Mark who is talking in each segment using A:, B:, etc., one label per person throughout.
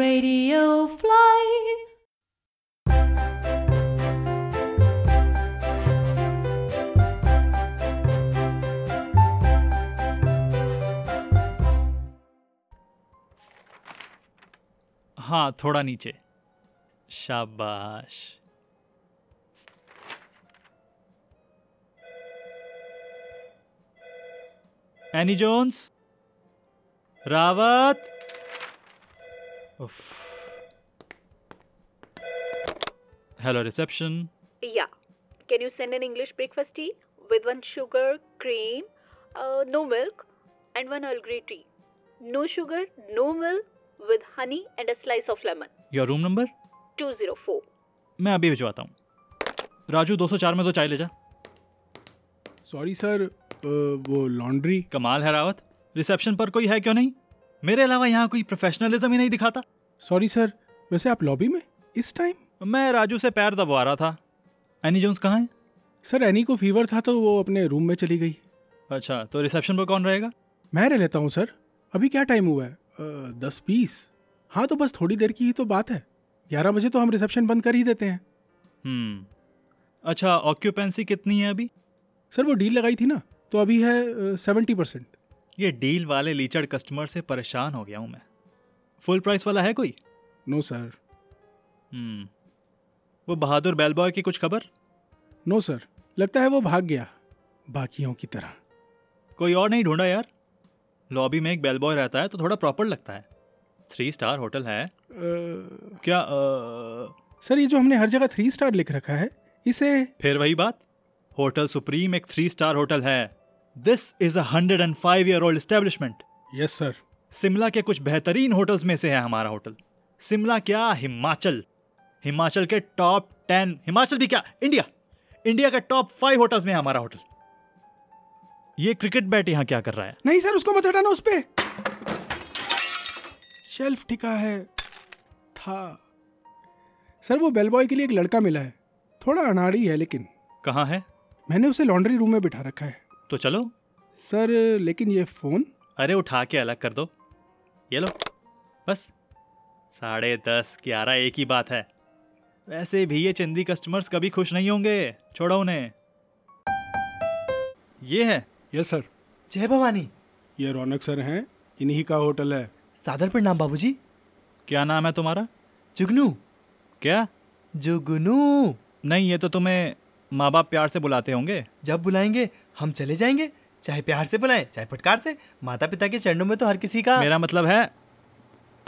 A: Radio Fly.
B: हाँ थोड़ा नीचे शाबाश एनी जोन्स रावत उफ। Hello reception
C: Yeah. Can you send an English breakfast tea with one sugar, cream, uh, no milk, and one Earl Grey tea? No sugar, no milk, with honey and a slice of lemon.
B: Your room number
C: 204.
B: मैं अभी भिजवाता हूँ राजू 204 में तो चाय ले जा
D: sorry sir uh, uh, वो लॉन्ड्री
B: कमाल है रावत रिसेप्शन पर कोई है क्यों नहीं मेरे अलावा यहाँ कोई प्रोफेशनलिज्म ही नहीं दिखाता
D: सॉरी सर वैसे आप लॉबी में इस टाइम
B: मैं राजू से पैर दबवा रहा था एनी जोन्स कहाँ है
D: सर एनी को फीवर था तो वो अपने रूम में चली गई
B: अच्छा तो रिसेप्शन पर कौन रहेगा
D: मैं रह लेता हूँ सर अभी क्या टाइम हुआ है अ, दस बीस हाँ तो बस थोड़ी देर की ही तो बात है ग्यारह बजे तो हम रिसेप्शन बंद कर ही देते हैं
B: हम्म अच्छा ऑक्यूपेंसी कितनी है अभी
D: सर वो डील लगाई थी ना तो अभी है सेवेंटी परसेंट
B: ये डील वाले लीचड़ कस्टमर से परेशान हो गया हूँ मैं फुल प्राइस वाला है कोई
D: नो सर
B: हम्म वो बहादुर बेल बॉय की कुछ खबर
D: नो सर लगता है वो भाग गया बाकियों की तरह
B: कोई और नहीं ढूंढा यार लॉबी में एक बेल बॉय रहता है तो थोड़ा प्रॉपर लगता है थ्री स्टार होटल है
D: अ,
B: क्या अ,
D: सर ये जो हमने हर जगह थ्री स्टार लिख रखा है इसे
B: फिर वही बात होटल सुप्रीम एक थ्री स्टार होटल है this is a hundred and five year old establishment
D: yes sir
B: Shimla के कुछ बेहतरीन होटल्स में से है हमारा होटल शिमला क्या हिमाचल हिमाचल के टॉप टेन हिमाचल भी क्या इंडिया इंडिया के टॉप फाइव होटल्स में है हमारा होटल ये क्रिकेट बैट यहाँ क्या कर रहा है
D: नहीं सर उसको मत हटाना उस पे शेल्फ टिका है था सर वो बेल बॉय के लिए एक लड़का मिला है थोड़ा अनाड़ी है लेकिन
B: कहाँ है
D: मैंने उसे लॉन्ड्री रूम में बिठा रखा है
B: तो चलो
D: सर लेकिन ये फोन
B: अरे उठा के अलग कर दो ये लो बस साढ़े दस ग्यारह एक ही बात है वैसे भी ये चंदी कस्टमर्स कभी खुश नहीं होंगे छोड़ो उन्हें ये है
D: यस सर
E: जय भवानी
D: ये रौनक सर हैं इन्हीं का होटल है
E: सादर प्रणाम बाबूजी
B: क्या नाम है तुम्हारा
E: जुगनू
B: क्या
E: जुगनू
B: नहीं ये तो तुम्हें माँ बाप प्यार से बुलाते होंगे
E: जब बुलाएंगे हम चले जाएंगे चाहे प्यार से बुलाएं चाहे फटकार से माता पिता के चरणों में तो हर किसी का
B: मेरा मतलब है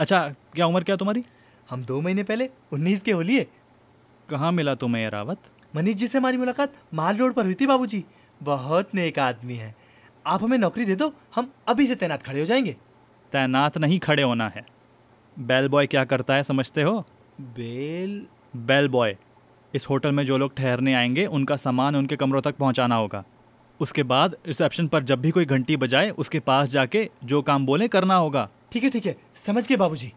B: अच्छा क्या उम्र क्या तुम्हारी
E: हम दो महीने पहले उन्नीस के होलिए
B: कहाँ मिला तुम्हें ये रावत
E: मनीष जी से हमारी मुलाकात माल रोड पर हुई थी बाबूजी बहुत नेक आदमी है आप हमें नौकरी दे दो हम अभी से तैनात खड़े हो जाएंगे
B: तैनात नहीं खड़े होना है बेल बॉय क्या करता है समझते हो
E: बेल
B: बेल बॉय इस होटल में जो लोग ठहरने आएंगे उनका सामान उनके कमरों तक पहुंचाना होगा उसके बाद रिसेप्शन पर जब भी कोई घंटी बजाए उसके पास जाके जो काम बोले करना होगा
E: ठीक है ठीक है समझ गए बाबूजी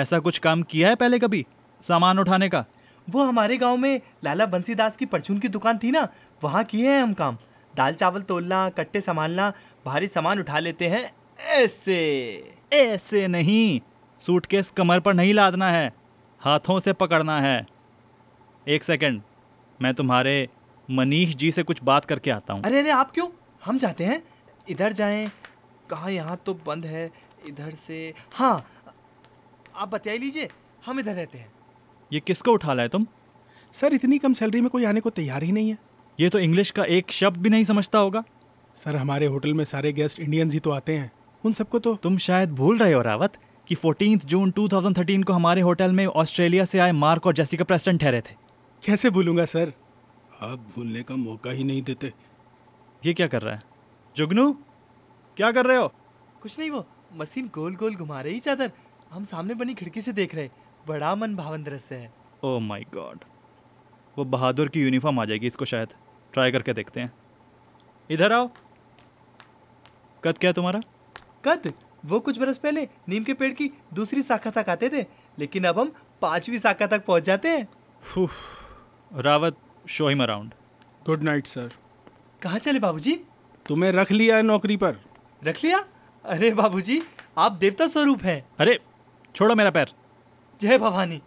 B: ऐसा कुछ काम किया है पहले कभी सामान उठाने का
E: वो हमारे गांव में लाला बंसी दास की परचून की दुकान थी ना वहाँ किए हैं हम काम दाल चावल तोलना कट्टे संभालना भारी सामान उठा लेते हैं ऐसे
B: ऐसे नहीं सूटकेस कमर पर नहीं लादना है हाथों से पकड़ना है एक सेकंड मैं तुम्हारे मनीष जी से कुछ बात करके आता हूँ
E: अरे अरे आप क्यों हम जाते हैं इधर जाएं कहाँ यहाँ तो बंद है इधर से हाँ आप बतिया ही लीजिए हम इधर रहते हैं
B: ये किसको उठा लाए तुम
D: सर इतनी कम सैलरी में कोई आने को तैयार ही नहीं है
B: ये तो इंग्लिश का एक शब्द भी नहीं समझता होगा
D: सर हमारे होटल में सारे गेस्ट इंडियंस ही तो आते हैं उन सबको तो
B: तुम शायद भूल रहे हो रावत कि 14 जून 2013 को हमारे होटल में ऑस्ट्रेलिया से आए मार्क और जेसिका प्रेस्टन ठहरे थे
D: कैसे भूलूंगा सर आप भूलने का मौका ही नहीं देते
B: ये क्या कर रहा है जुगनू क्या कर रहे हो
E: कुछ नहीं वो मशीन गोल गोल घुमा रही चादर हम सामने बनी खिड़की से देख रहे बड़ा मन भावन दृश्य है
B: ओ माय गॉड Oh वो बहादुर की यूनिफॉर्म आ जाएगी इसको शायद ट्राई करके देखते हैं इधर आओ कद क्या है तुम्हारा
E: कद वो कुछ बरस पहले नीम के पेड़ की दूसरी शाखा तक आते थे लेकिन अब हम पांचवी शाखा तक पहुंच जाते हैं
B: Rawat show him around
D: good night sir
E: कहाँ चले बाबूजी
D: तुम्हें रख लिया है नौकरी पर
E: रख लिया अरे बाबूजी आप देवता स्वरूप हैं
B: अरे छोड़ो मेरा पैर
E: जय भवानी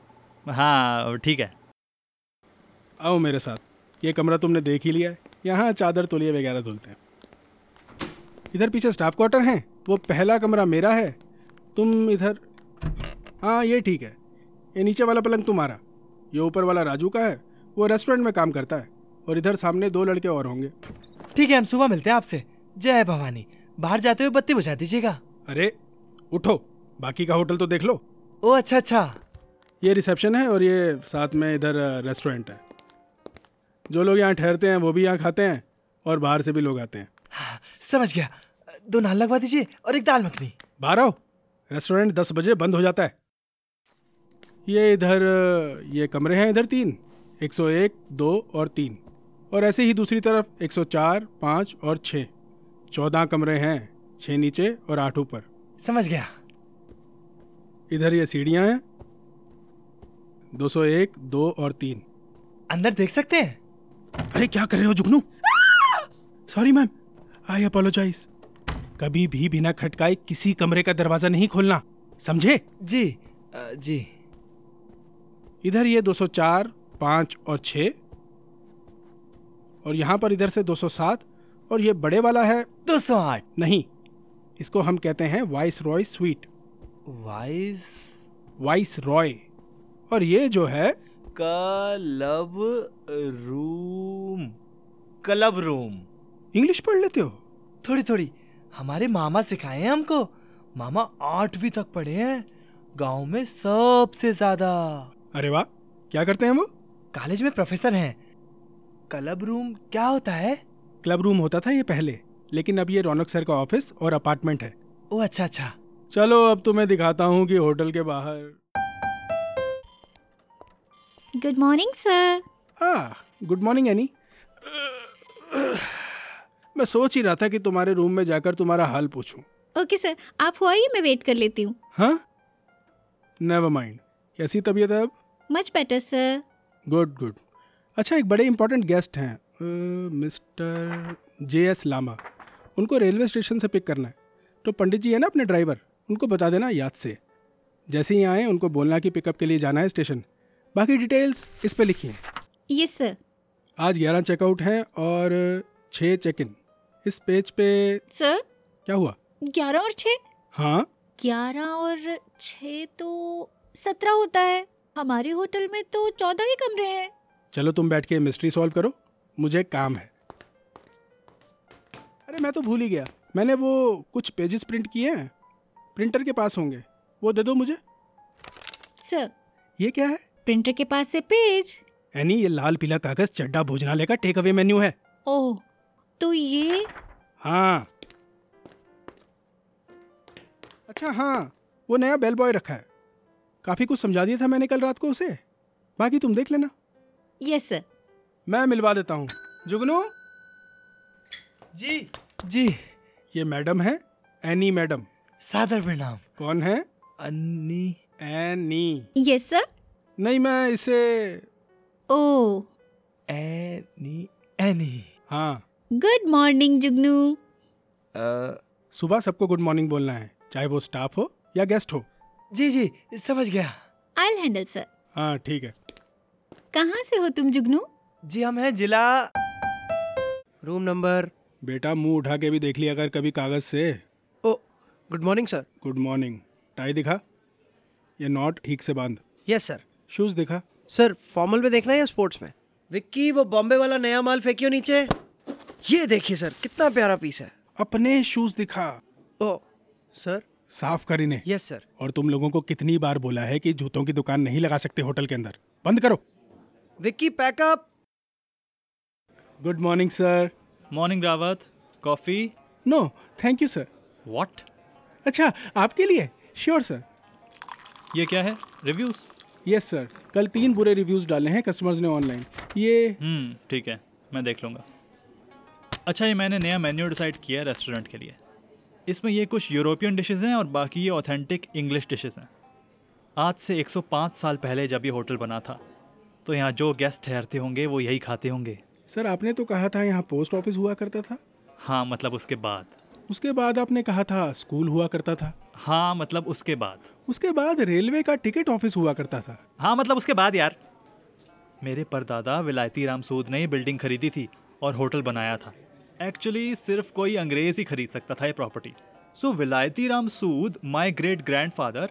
B: हाँ ठीक है
D: आओ मेरे साथ ये कमरा तुमने देख ही लिया है यहाँ चादर तोलिए वगैरह धुलते हैं इधर पीछे स्टाफ क्वार्टर हैं वो पहला कमरा मेरा है तुम इधर हाँ ये ठीक है ये नीचे वाला पलंग तुम्हारा ये ऊपर वाला राजू का है वो रेस्टोरेंट में काम करता है और इधर सामने दो लड़के और होंगे
E: ठीक है हम सुबह मिलते हैं आपसे जय भवानी बाहर जाते हुए बत्ती बुझा दीजिएगा
D: अरे उठो बाकी का होटल तो देख लो
E: ओ अच्छा अच्छा
D: ये रिसेप्शन है और ये साथ में इधर रेस्टोरेंट है जो लोग यहाँ ठहरते हैं वो भी यहाँ खाते हैं और बाहर से भी लोग आते हैं
E: हाँ, समझ गया दो नान लगवा दीजिए और एक दाल मखनी
D: बाहर आओ रेस्टोरेंट दस बजे बंद हो जाता है ये इधर ये कमरे हैं इधर तीन 101, 2 और तीन और ऐसे ही दूसरी तरफ 104, 5 और 6 चौदह कमरे हैं छः नीचे और आठ ऊपर
E: समझ गया
D: इधर ये सीढ़ियाँ हैं 201, 2 और तीन
E: अंदर देख सकते हैं
D: अरे क्या कर रहे हो Jugnu sorry ma'am I apologise कभी भी बिना खटकाए किसी कमरे का दरवाजा नहीं खोलना समझे
E: जी अ, जी
D: इधर ये 204, 5 और 6 और यहाँ पर इधर से 207 और ये बड़े वाला है
E: दो सौ आठ
D: नहीं इसको हम कहते हैं viceroy suite
E: vice
D: viceroy और ये जो है
E: club room club room
D: English पढ़ लेते हो
E: थोड़ी थोड़ी हमारे मामा सिखाए हैं हमको मामा आठवीं तक पढ़े हैं गांव में सबसे ज्यादा
D: अरे वाह क्या करते हैं वो
E: कॉलेज में प्रोफेसर हैं क्लब रूम क्या होता है
D: क्लब रूम होता था ये पहले लेकिन अब ये रौनक सर का ऑफिस और अपार्टमेंट है
E: ओ अच्छा अच्छा
D: चलो अब तुम्हें दिखाता हूँ कि होटल के बाहर
A: Good morning, sir.
D: आ गुड मॉर्निंग एनी मैं सोच ही रहा था कि तुम्हारे रूम में जाकर तुम्हारा हाल पूछूं
A: ओके सर आप हो आइए मैं वेट कर लेती हूँ
D: हाँ नेवर माइंड कैसी तबीयत है अब
A: much better sir
D: good good अच्छा एक बड़े इंपॉर्टेंट गेस्ट हैं मिस्टर जे एस लामा उनको रेलवे स्टेशन से पिक करना है तो पंडित जी है ना अपने ड्राइवर उनको बता देना याद से जैसे ही आए उनको बोलना कि पिकअप के लिए जाना है स्टेशन बाकी डिटेल्स इस पे लिखिए
A: यस सर
D: आज ग्यारह चेकआउट हैं और छः चेक इन इस पेज पे
A: सर
D: क्या हुआ
A: ग्यारह और छः
D: हाँ
A: ग्यारह और छः तो सत्रह होता है हमारे होटल में तो चौदह ही कमरे हैं
D: चलो तुम बैठ के मिस्ट्री सॉल्व करो मुझे काम है अरे मैं तो भूल ही गया मैंने वो कुछ पेजेस प्रिंट किए हैं प्रिंटर के पास होंगे वो दे दो मुझे
A: सर
D: ये क्या है
A: प्रिंटर के पास है पेज
D: यानी ये लाल पीला कागज चड्डा भोजनालय का टेक अवे मेन्यू है
A: ओह तो ये
D: हाँ अच्छा हाँ वो नया बेल बॉय रखा है काफ़ी कुछ समझा दिया था मैंने कल रात को उसे बाकी तुम देख लेना
A: यस सर
D: मैं मिलवा देता हूँ जुगनू
E: जी जी
D: ये मैडम है एनी मैडम
E: सादर प्रणाम
D: कौन है
E: अन्नी
D: एनी
A: यस सर
D: नहीं मैं इसे
A: ओह
E: एनी एनी
D: हाँ
A: गुड मॉर्निंग जुगनू
E: अ,
D: सुबह सबको गुड मॉर्निंग बोलना है चाहे वो स्टाफ हो या गेस्ट हो
E: जी जी समझ गया
A: आई हैंडल सर
D: हाँ ठीक है
A: कहाँ से हो तुम जुगनू
E: जी हम हैं जिला
F: रूम नंबर
D: बेटा मुंह उठा के भी देख लिया अगर कभी कागज से
F: oh good morning sir
D: good morning tie दिखा ये नॉट ठीक से बांध
F: यस सर
D: शूज दिखा
F: सर फॉर्मल में देखना है या स्पोर्ट्स में विक्की वो बॉम्बे वाला नया माल फेंकियो नीचे ये देखिए सर कितना प्यारा पीस है
D: अपने शूज दिखा
F: ओ सर
D: साफ कर इन्हें
F: यस सर
D: और तुम लोगों को कितनी बार बोला है कि जूतों की दुकान नहीं लगा सकते होटल के अंदर बंद करो
F: Vicky pack up
D: good morning sir
B: morning Rawat coffee
D: no thank you sir
B: what
D: अच्छा आपके लिए श्योर सर
B: ये क्या है रिव्यूज़
D: यस सर कल तीन बुरे रिव्यूज डाले हैं कस्टमर्स ने ऑनलाइन ये
B: हम्म ठीक है मैं देख लूँगा अच्छा ये मैंने नया मेन्यू डिसाइड किया है रेस्टोरेंट के लिए इसमें ये कुछ यूरोपियन डिशेज़ हैं और बाकी ये ऑथेंटिक इंग्लिश डिशेज़ हैं आज से 105 साल पहले जब ये होटल बना था तो यहाँ जो गेस्ट ठहरते होंगे वो यही खाते होंगे
D: सर आपने तो कहा था यहाँ पोस्ट ऑफिस हुआ करता था
B: हाँ मतलब उसके बाद
D: उसके बाद आपने कहा था स्कूल हुआ करता था
B: हाँ मतलब उसके बाद
D: उसके बाद रेलवे का टिकट ऑफिस हुआ करता था
B: हाँ मतलब उसके बाद यार मेरे परदादा विलायती राम सूद ने ये बिल्डिंग खरीदी थी और होटल बनाया था एक्चुअली सिर्फ कोई अंग्रेज ही खरीद सकता था ये property so Vilayati Ram Sood my great grandfather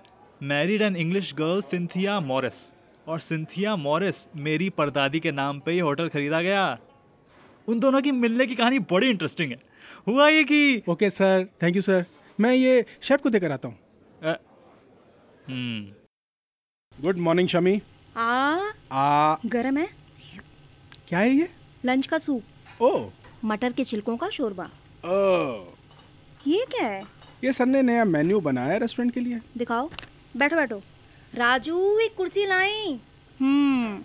B: married an English girl Cynthia Morris और सिंथिया मॉरिस मेरी परदादी के नाम पे ये होटल खरीदा गया उन दोनों की मिलने की कहानी बड़ी इंटरेस्टिंग है हुआ ये कि
D: okay sir thank you sir मैं ये शेफ को देकर आता हूँ
B: अ, हम्म
D: गुड मॉर्निंग शमी
G: आ
D: आ
G: गरम है
D: क्या है ये
G: लंच का सूप
D: ओ
G: मटर के छिलकों का शोरबा
D: ओ
G: ये क्या है
D: ये सर ने नया मेन्यू बनाया है रेस्टोरेंट के लिए
G: दिखाओ बैठो बैठो राजू एक कुर्सी लाई हम्म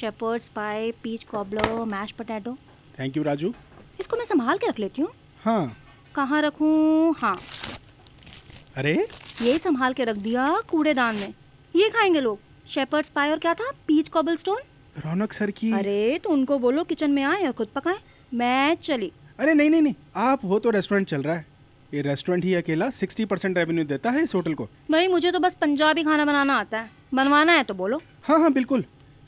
G: shepherd's pie peach cobbler mash potato
D: thank you Raju
G: इसको मैं संभाल के रख लेती हूँ
D: हाँ
G: कहाँ रखूँ हाँ
D: अरे
G: ये संभाल के रख दिया कूड़ेदान में ये खाएंगे लोग शेपर्ड्स पाई और क्या था peach cobble stone
D: Raunak sir की
G: अरे तो उनको बोलो किचन में आए और खुद पकाएं मैं चली
D: अरे नहीं नहीं नहीं आप हो तो रेस्टोरेंट चल रहा है ये रेस्टोरेंट ही अकेला सिक्सटी परसेंट रेवेन्यू देता है इस होटल को
G: भाई मुझे तो बस पंजाबी खाना बनाना आता है बनवाना है तो बोलो
D: हाँ हाँ बिल्कुल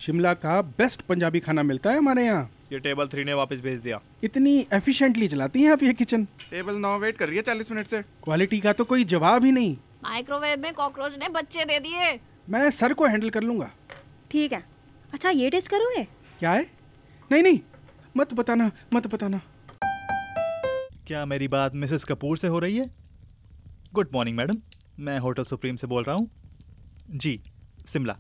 D: शिमला का बेस्ट पंजाबी खाना मिलता है हमारे यहाँ
H: ये टेबल थ्री ने वापस भेज दिया
D: इतनी एफिशिएंटली चलाती हैं आप ये किचन
I: टेबल नौ वेट कर रही है चालीस मिनट से
D: क्वालिटी का तो कोई जवाब ही नहीं
J: माइक्रोवेव में कॉकरोच ने बच्चे दे दिए
D: मैं सर को हैंडल कर लूँगा
G: ठीक है अच्छा ये टेस्ट करोगे
D: क्या है नहीं नहीं मत बताना मत बताना
B: क्या मेरी बात मिसेस कपूर से हो रही है गुड मॉर्निंग मैडम मैं होटल सुप्रीम से बोल रहा हूँ जी शिमला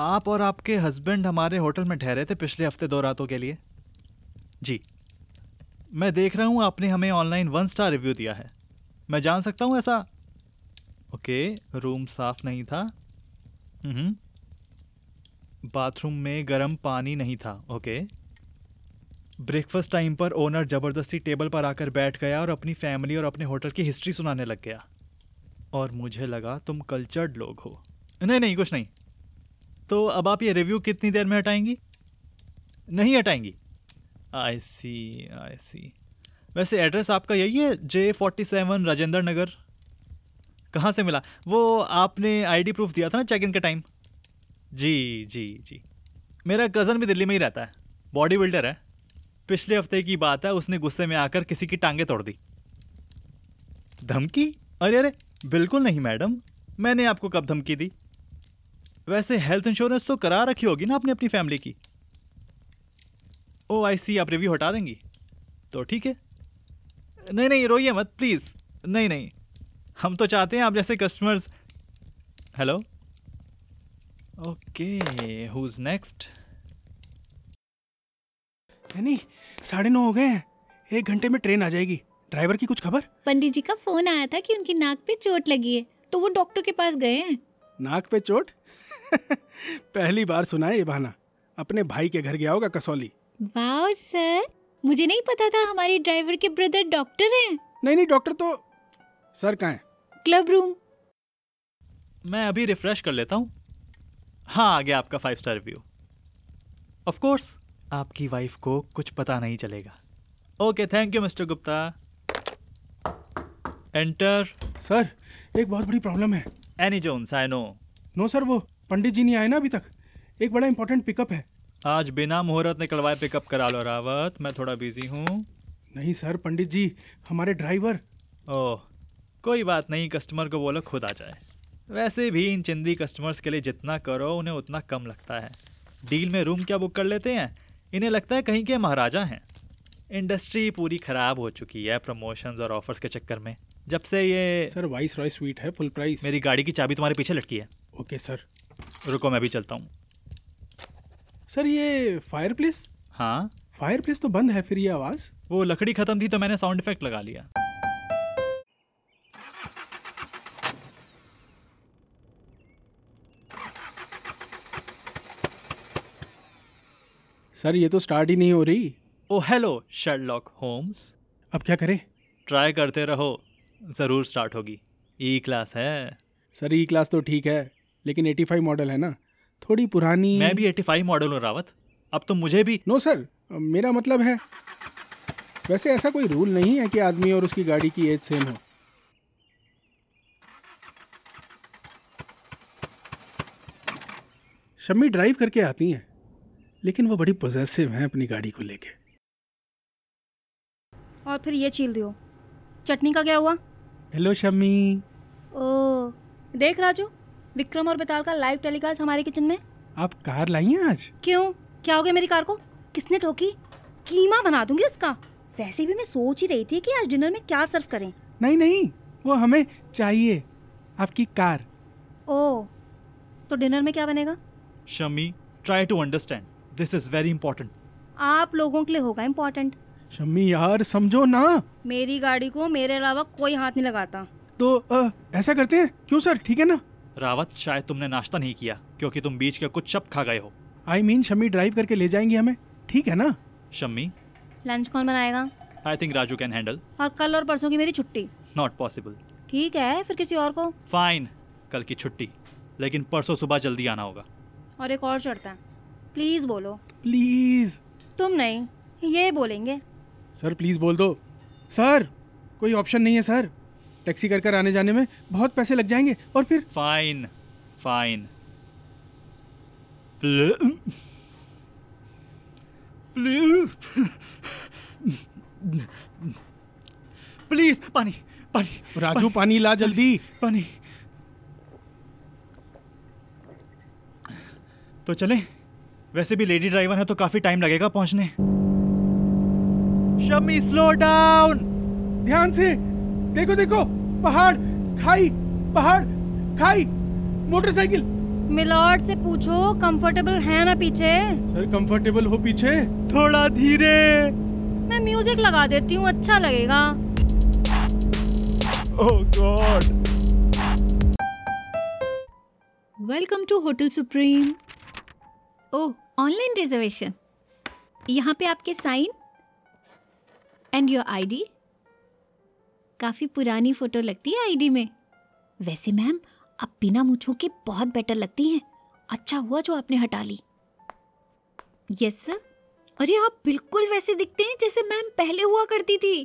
B: आप और आपके हस्बैंड हमारे होटल में ठहरे थे पिछले हफ्ते दो रातों के लिए जी मैं देख रहा हूँ आपने हमें ऑनलाइन वन स्टार रिव्यू दिया है मैं जान सकता हूँ ऐसा ओके रूम साफ नहीं था हम्म बाथरूम में गर्म पानी नहीं था ओके ब्रेकफास्ट टाइम पर ओनर ज़बरदस्ती टेबल पर आकर बैठ गया और अपनी फैमिली और अपने होटल की हिस्ट्री सुनाने लग गया और मुझे लगा तुम कल्चर्ड लोग हो नहीं नहीं कुछ नहीं तो अब आप ये रिव्यू कितनी देर में हटाएंगी नहीं हटाएंगी आई सी आई सी वैसे एड्रेस आपका यही है J forty seven Rajendra Nagar कहाँ से मिला वो आपने आईडी प्रूफ दिया था ना चेक इन के टाइम जी जी जी मेरा कज़न भी दिल्ली में ही रहता है बॉडी बिल्डर है पिछले हफ्ते की बात है उसने गुस्से में आकर किसी की टांगे तोड़ दी धमकी अरे अरे बिल्कुल नहीं मैडम मैंने आपको कब धमकी दी वैसे हेल्थ इंश्योरेंस तो करा रखी होगी ना आपने अपनी फैमिली की ओ आई सी आप रिव्यू हटा देंगी तो ठीक है नहीं नहीं रोइए मत प्लीज़ नहीं नहीं हम तो चाहते हैं आप जैसे customers hello okay who is next
D: नहीं साढ़े नौ हो गए हैं एक घंटे में ट्रेन आ जाएगी ड्राइवर की कुछ खबर
A: पंडित जी का फोन आया था कि उनकी नाक पे चोट लगी है तो वो डॉक्टर के पास गए हैं
D: नाक पे चोट पहली बार सुना है ये बहाना अपने भाई के घर गया होगा कसौली
A: वाह सर मुझे नहीं पता था हमारे ड्राइवर के ब्रदर डॉक्टर हैं
D: नहीं नहीं डॉक्टर तो सर कहाँ हैं
A: क्लब रूम
B: मैं अभी रिफ्रेश कर लेता हूँ हाँ आ गया आपका five star review of course आपकी वाइफ को कुछ पता नहीं चलेगा okay thank you mister Gupta enter
D: sir एक बहुत बड़ी प्रॉब्लम है
B: Annie Jones I know
D: no sir वो पंडित जी नहीं आए ना अभी तक एक बड़ा इंपॉर्टेंट पिकअप है
B: आज बिना मुहूर्त निकलवाए पिकअप करा लो रावत मैं थोड़ा बिजी हूँ
D: नहीं सर पंडित जी हमारे ड्राइवर
B: ओह कोई बात नहीं कस्टमर को बोलो खुद आ जाए वैसे भी इन चिंदी कस्टमर्स के लिए जितना करो उन्हें उतना कम लगता है डील में रूम क्या बुक कर लेते हैं इन्हें लगता है कहीं के महाराजा हैं इंडस्ट्री पूरी ख़राब हो चुकी है प्रमोशंस और ऑफर्स के चक्कर में जब से ये
D: सर वाइस रॉय स्वीट है फुल प्राइस
B: मेरी गाड़ी की चाबी तुम्हारे पीछे लटकी है
D: ओके सर
B: रुको मैं भी चलता हूँ
D: सर ये फायर प्लेस
B: हाँ
D: फायर प्लेस तो बंद है फिर ये आवाज़
B: वो लकड़ी ख़त्म थी तो मैंने साउंड इफेक्ट लगा लिया
D: सर ये तो स्टार्ट ही नहीं हो रही
B: ओ हेलो शर्लॉक होम्स
D: अब क्या करें
B: ट्राई करते रहो ज़रूर स्टार्ट होगी ई क्लास है
D: सर ई क्लास तो ठीक है लेकिन 85 मॉडल है ना थोड़ी पुरानी
B: मैं भी 85 मॉडल हूँ रावत अब तो मुझे भी
D: नो सर मेरा मतलब है वैसे ऐसा कोई रूल नहीं है कि आदमी और उसकी गाड़ी की एज सेम हो शम्मी ड्राइव करके आती हैं लेकिन वो बड़ी पोजेसिव हैं अपनी गाड़ी को लेके
G: और फिर ये छील दियो चटनी का क्या हुआ
D: हेलो शम्मी
G: ओ देख राजू विक्रम और बेताल का लाइव टेलीकास्ट हमारे किचन में
D: आप कार लाई हैं आज
G: क्यों क्या हो गया मेरी कार को किसने ठोकी कीमा बना दूंगी उसका वैसे भी मैं सोच ही रही थी कि आज डिनर में क्या सर्व करें
D: नहीं नहीं वो हमें चाहिए आपकी कार
G: ओ तो डिनर में क्या बनेगा
B: Shami try to understand this is very important
G: आप लोगों के लिए होगा इम्पोर्टेंट
D: शम्मी यार समझो ना
G: मेरी गाड़ी को मेरे अलावा कोई हाथ नहीं लगाता
D: तो अ, ऐसा करते हैं क्यों सर ठीक है ना
B: रावत शायद तुमने नाश्ता नहीं किया क्योंकि तुम बीच के कुछ शब्द खा गए हो
D: आई मीन शम्मी ड्राइव करके ले जाएंगी हमें ठीक है ना
B: शम्मी
G: लंच कौन बनाएगा
B: I think Raju can handle
G: और कल और परसों की मेरी छुट्टी
B: नॉट पॉसिबल
G: ठीक है फिर किसी और को
B: फाइन कल की छुट्टी लेकिन परसों सुबह जल्दी आना होगा
G: और एक और शर्त है प्लीज़ बोलो
D: प्लीज
G: तुम नहीं ये बोलेंगे
D: सर प्लीज बोल दो सर कोई ऑप्शन नहीं है सर टैक्सी कर कर आने जाने में बहुत पैसे लग जाएंगे और फिर
B: फाइन फाइन प्लीज पानी पानी
D: राजू पानी ला जल्दी
B: पानी तो चलें वैसे भी लेडी ड्राइवर है तो काफी टाइम लगेगा पहुंचने शमी स्लो डाउन
D: ध्यान से देखो देखो पहाड़ खाई पहाड़ खाई मोटरसाइकिल
G: मिलॉर्ड से पूछो कंफर्टेबल है ना पीछे
D: सर कंफर्टेबल हो पीछे
B: थोड़ा धीरे
G: मैं म्यूजिक लगा देती हूँ अच्छा लगेगा
D: Oh
B: oh God
A: welcome to hotel Supreme oh online reservation Oh, यहाँ पे आपके साइन एंड योर आईडी काफ़ी पुरानी फ़ोटो लगती है आईडी में वैसे मैम आप बिना मूछों के बहुत बेटर लगती हैं अच्छा हुआ जो आपने हटा ली यस सर अरे आप बिल्कुल वैसे दिखते हैं जैसे मैम पहले हुआ करती थी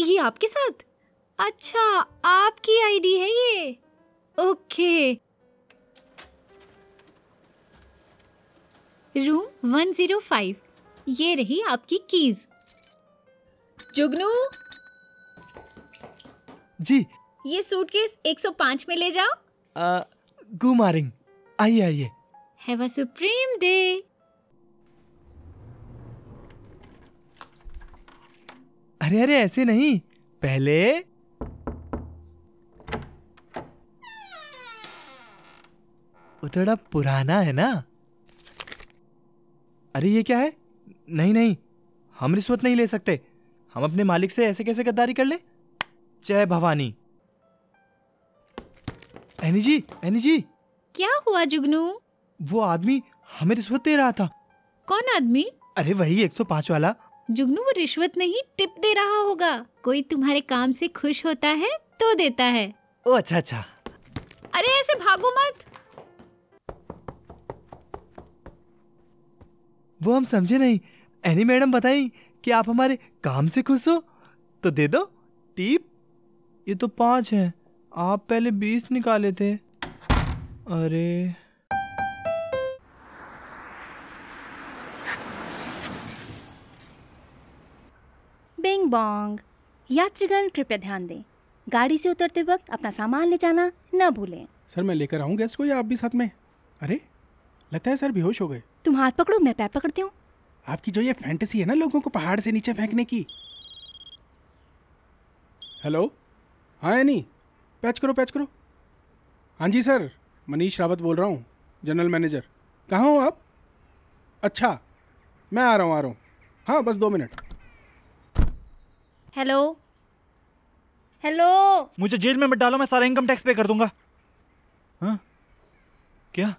A: ये आपके साथ अच्छा आपकी आईडी है ये ओके रूम 105 ये रही आपकी कीज
J: जुगनू
E: जी
J: ये सूटकेस 105 में ले जाओ
E: गु मारिंग आइए आइए
A: हैव अ सुप्रीम डे
E: अरे अरे ऐसे नहीं पहले वो थोड़ा पुराना है ना अरे ये क्या है नहीं नहीं हम रिश्वत नहीं ले सकते हम अपने मालिक से ऐसे कैसे गद्दारी कर ले जय भवानी एनी जी एनी जी
A: क्या हुआ जुगनू
E: वो आदमी हमें रिश्वत दे रहा था
A: कौन आदमी
E: अरे वही 105 वाला
A: जुगनू वो रिश्वत नहीं टिप दे रहा होगा कोई तुम्हारे काम से खुश होता है तो देता है
E: ओ अच्छा अच्छा
J: अरे ऐसे भागो मत
E: वो हम समझे नहीं एनी मैडम बताई कि आप हमारे काम से खुश हो तो दे दो टीप ये तो पाँच है आप पहले बीस निकाले थे अरे
G: बिंग बोंग यात्रीगण कृपया ध्यान दें गाड़ी से उतरते वक्त अपना सामान ले जाना न भूलें
D: सर मैं लेकर आऊँ गेस्ट को या आप भी साथ में अरे लगता है सर बेहोश हो गए
G: तुम हाथ पकड़ो मैं पैर पकड़ती हूँ
D: आपकी जो ये फैंटेसी है ना लोगों को पहाड़ से नीचे फेंकने की हेलो हाँ एनी पैच करो पैच करो हाँ जी सर मनीष रावत बोल रहा हूँ जनरल मैनेजर कहाँ हो आप अच्छा मैं आ रहा हूँ आ रहा हूँ हाँ बस दो मिनट
G: हेलो हेलो
B: मुझे जेल में मत डालो मैं सारा इनकम टैक्स पे कर दूंगा हाँ क्या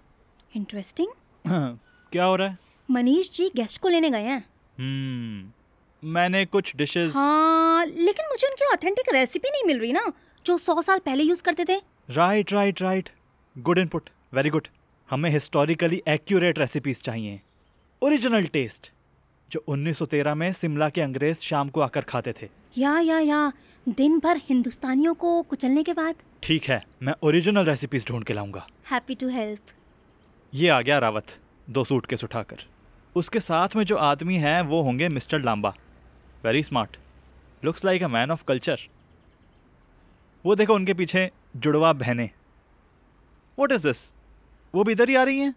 G: इंटरेस्टिंग
B: हाँ, क्या हो रहा है
G: मनीष जी गेस्ट को लेने गए हैं
B: हम्म मैंने कुछ डिशेस
G: हाँ लेकिन मुझे उनकी ऑथेंटिक रेसिपी नहीं मिल रही ना जो सौ साल पहले यूज करते थे
B: right right right good input very good हमें हिस्टोरिकली एक्यूरेट रेसिपीज चाहिए ओरिजिनल टेस्ट जो 1913 में शिमला के अंग्रेज शाम को आकर खाते थे
G: या या या दिन भर हिंदुस्तानियों को कुचलने के बाद
B: ठीक है मैं ओरिजिनल रेसिपीज ढूंढ के लाऊंगा
G: हैप्पी टू हेल्प
B: ये आ गया रावत दो सूटकेस उठाकर उसके साथ में जो आदमी हैं वो होंगे mister Lamba very smart looks like a man of culture वो देखो उनके पीछे जुड़वा बहनें वॉट इज़ दिस वो भी इधर ही आ रही हैं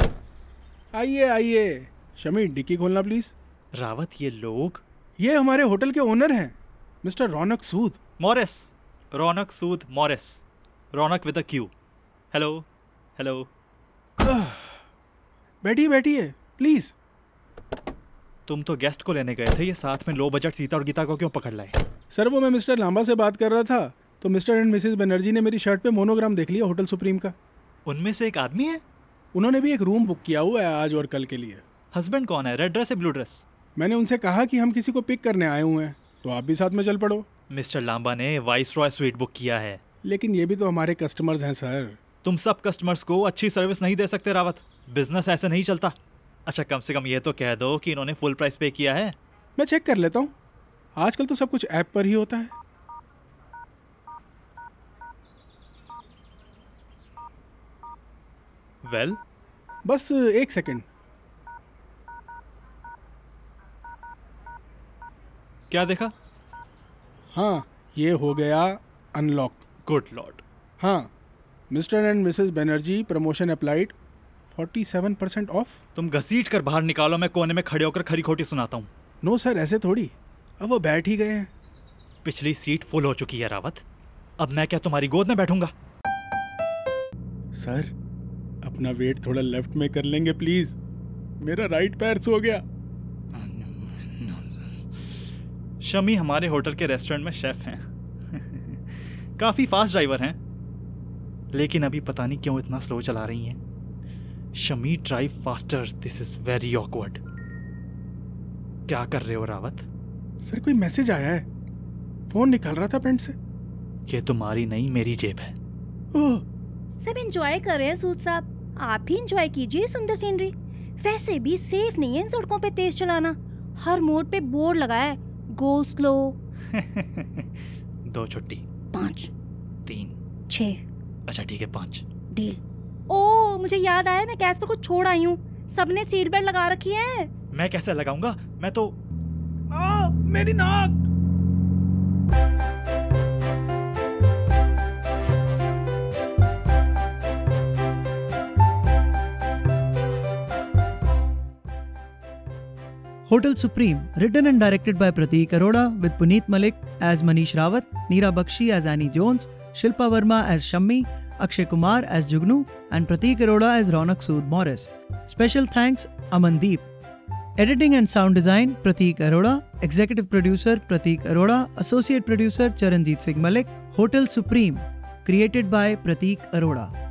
D: आइए आइए शमी डिक्की खोलना प्लीज़
B: रावत ये लोग
D: ये हमारे होटल के ओनर हैं mister Raunak Sood
B: Morris Raunak Sood Morris Raunak with a Q hello hello
D: बैठिए बैठिए प्लीज़
B: तुम तो गेस्ट को लेने गए थे ये साथ में लो बजट सीता और गीता को क्यों पकड़ लाए
D: सर वो मैं मिस्टर लांबा से बात कर रहा था तो मिस्टर एंड मिसेस बनर्जी ने मेरी शर्ट पे मोनोग्राम देख लिया होटल सुप्रीम का
B: उनमें से एक आदमी है
D: उन्होंने भी एक रूम बुक किया हुआ है आज और कल के लिए
B: हस्बैंड कौन है रेड ड्रेस या ब्लू ड्रेस
D: मैंने उनसे कहा कि हम किसी को पिक करने आए हुए हैं तो आप भी साथ में चल पड़ो
B: मिस्टर लांबा ने वाइस रॉय स्वीट बुक किया है
D: लेकिन ये भी तो हमारे कस्टमर्स हैं सर
B: तुम सब कस्टमर्स को अच्छी सर्विस नहीं दे सकते रावत बिजनेस ऐसे नहीं चलता अच्छा कम से कम ये तो कह दो कि इन्होंने फुल प्राइस पे किया है
D: मैं चेक कर लेता हूँ आजकल तो सब कुछ ऐप पर ही होता है
B: वेल well,
D: बस एक सेकंड
B: क्या देखा
D: हाँ ये हो गया अनलॉक
B: गुड लॉर्ड
D: हाँ mister and missus Banerjee promotion applied 47 percent off
B: तुम घसीट कर बाहर निकालो मैं कोने में खड़े होकर खरी खोटी सुनाता हूँ
D: नो सर ऐसे थोड़ी अब वो बैठ ही गए हैं
B: पिछली सीट फुल हो चुकी है रावत अब मैं क्या तुम्हारी गोद में बैठूंगा
D: सर अपना वेट थोड़ा लेफ्ट में कर लेंगे प्लीज मेरा राइट पैर सो गया
B: शमी हमारे होटल के रेस्टोरेंट में शेफ हैं काफ़ी फास्ट ड्राइवर हैं लेकिन अभी पता नहीं क्यों इतना स्लो चला रही हैं Shami drive faster this is very awkward क्या कर रहे हो रावत
D: सर कोई मैसेज आया है फोन निकाल रहा था पेंट से
B: ये तुम्हारी नहीं मेरी जेब है
D: ओह
G: सब एंजॉय कर रहे हैं सूद साहब आप ही एंजॉय कीजिए सुंदर सीनरी वैसे भी सेफ नहीं है इन सड़कों पे तेज चलाना हर मोड पे बोर्ड लगाया है गो स्लो
B: दो छुट्टी
G: पाँच
B: तीन
G: छः
B: अच्छा ठीक है पाँच
G: डील ओ मुझे याद आया मैं गैस पर कुछ छोड़ आई हूँ सबने सीट बेल्ट लगा रखी है
B: मैं कैसे लगाऊंगा मैं तो
F: आ, मेरी नाक
K: Hotel Supreme, written and directed by Pratik Arora with Puneet Malik as Manish Rawat, Neera Bakshi as Annie Jones, Shilpa Verma as Shammi, Akshay Kumar as Jugnu, and Pratik Arora as Ronak Sood Morris. Special thanks Amandeep. Editing and sound design Pratik Arora, executive producer Pratik Arora, associate producer Charanjit Singh Malik. Hotel Supreme, created by Pratik Arora.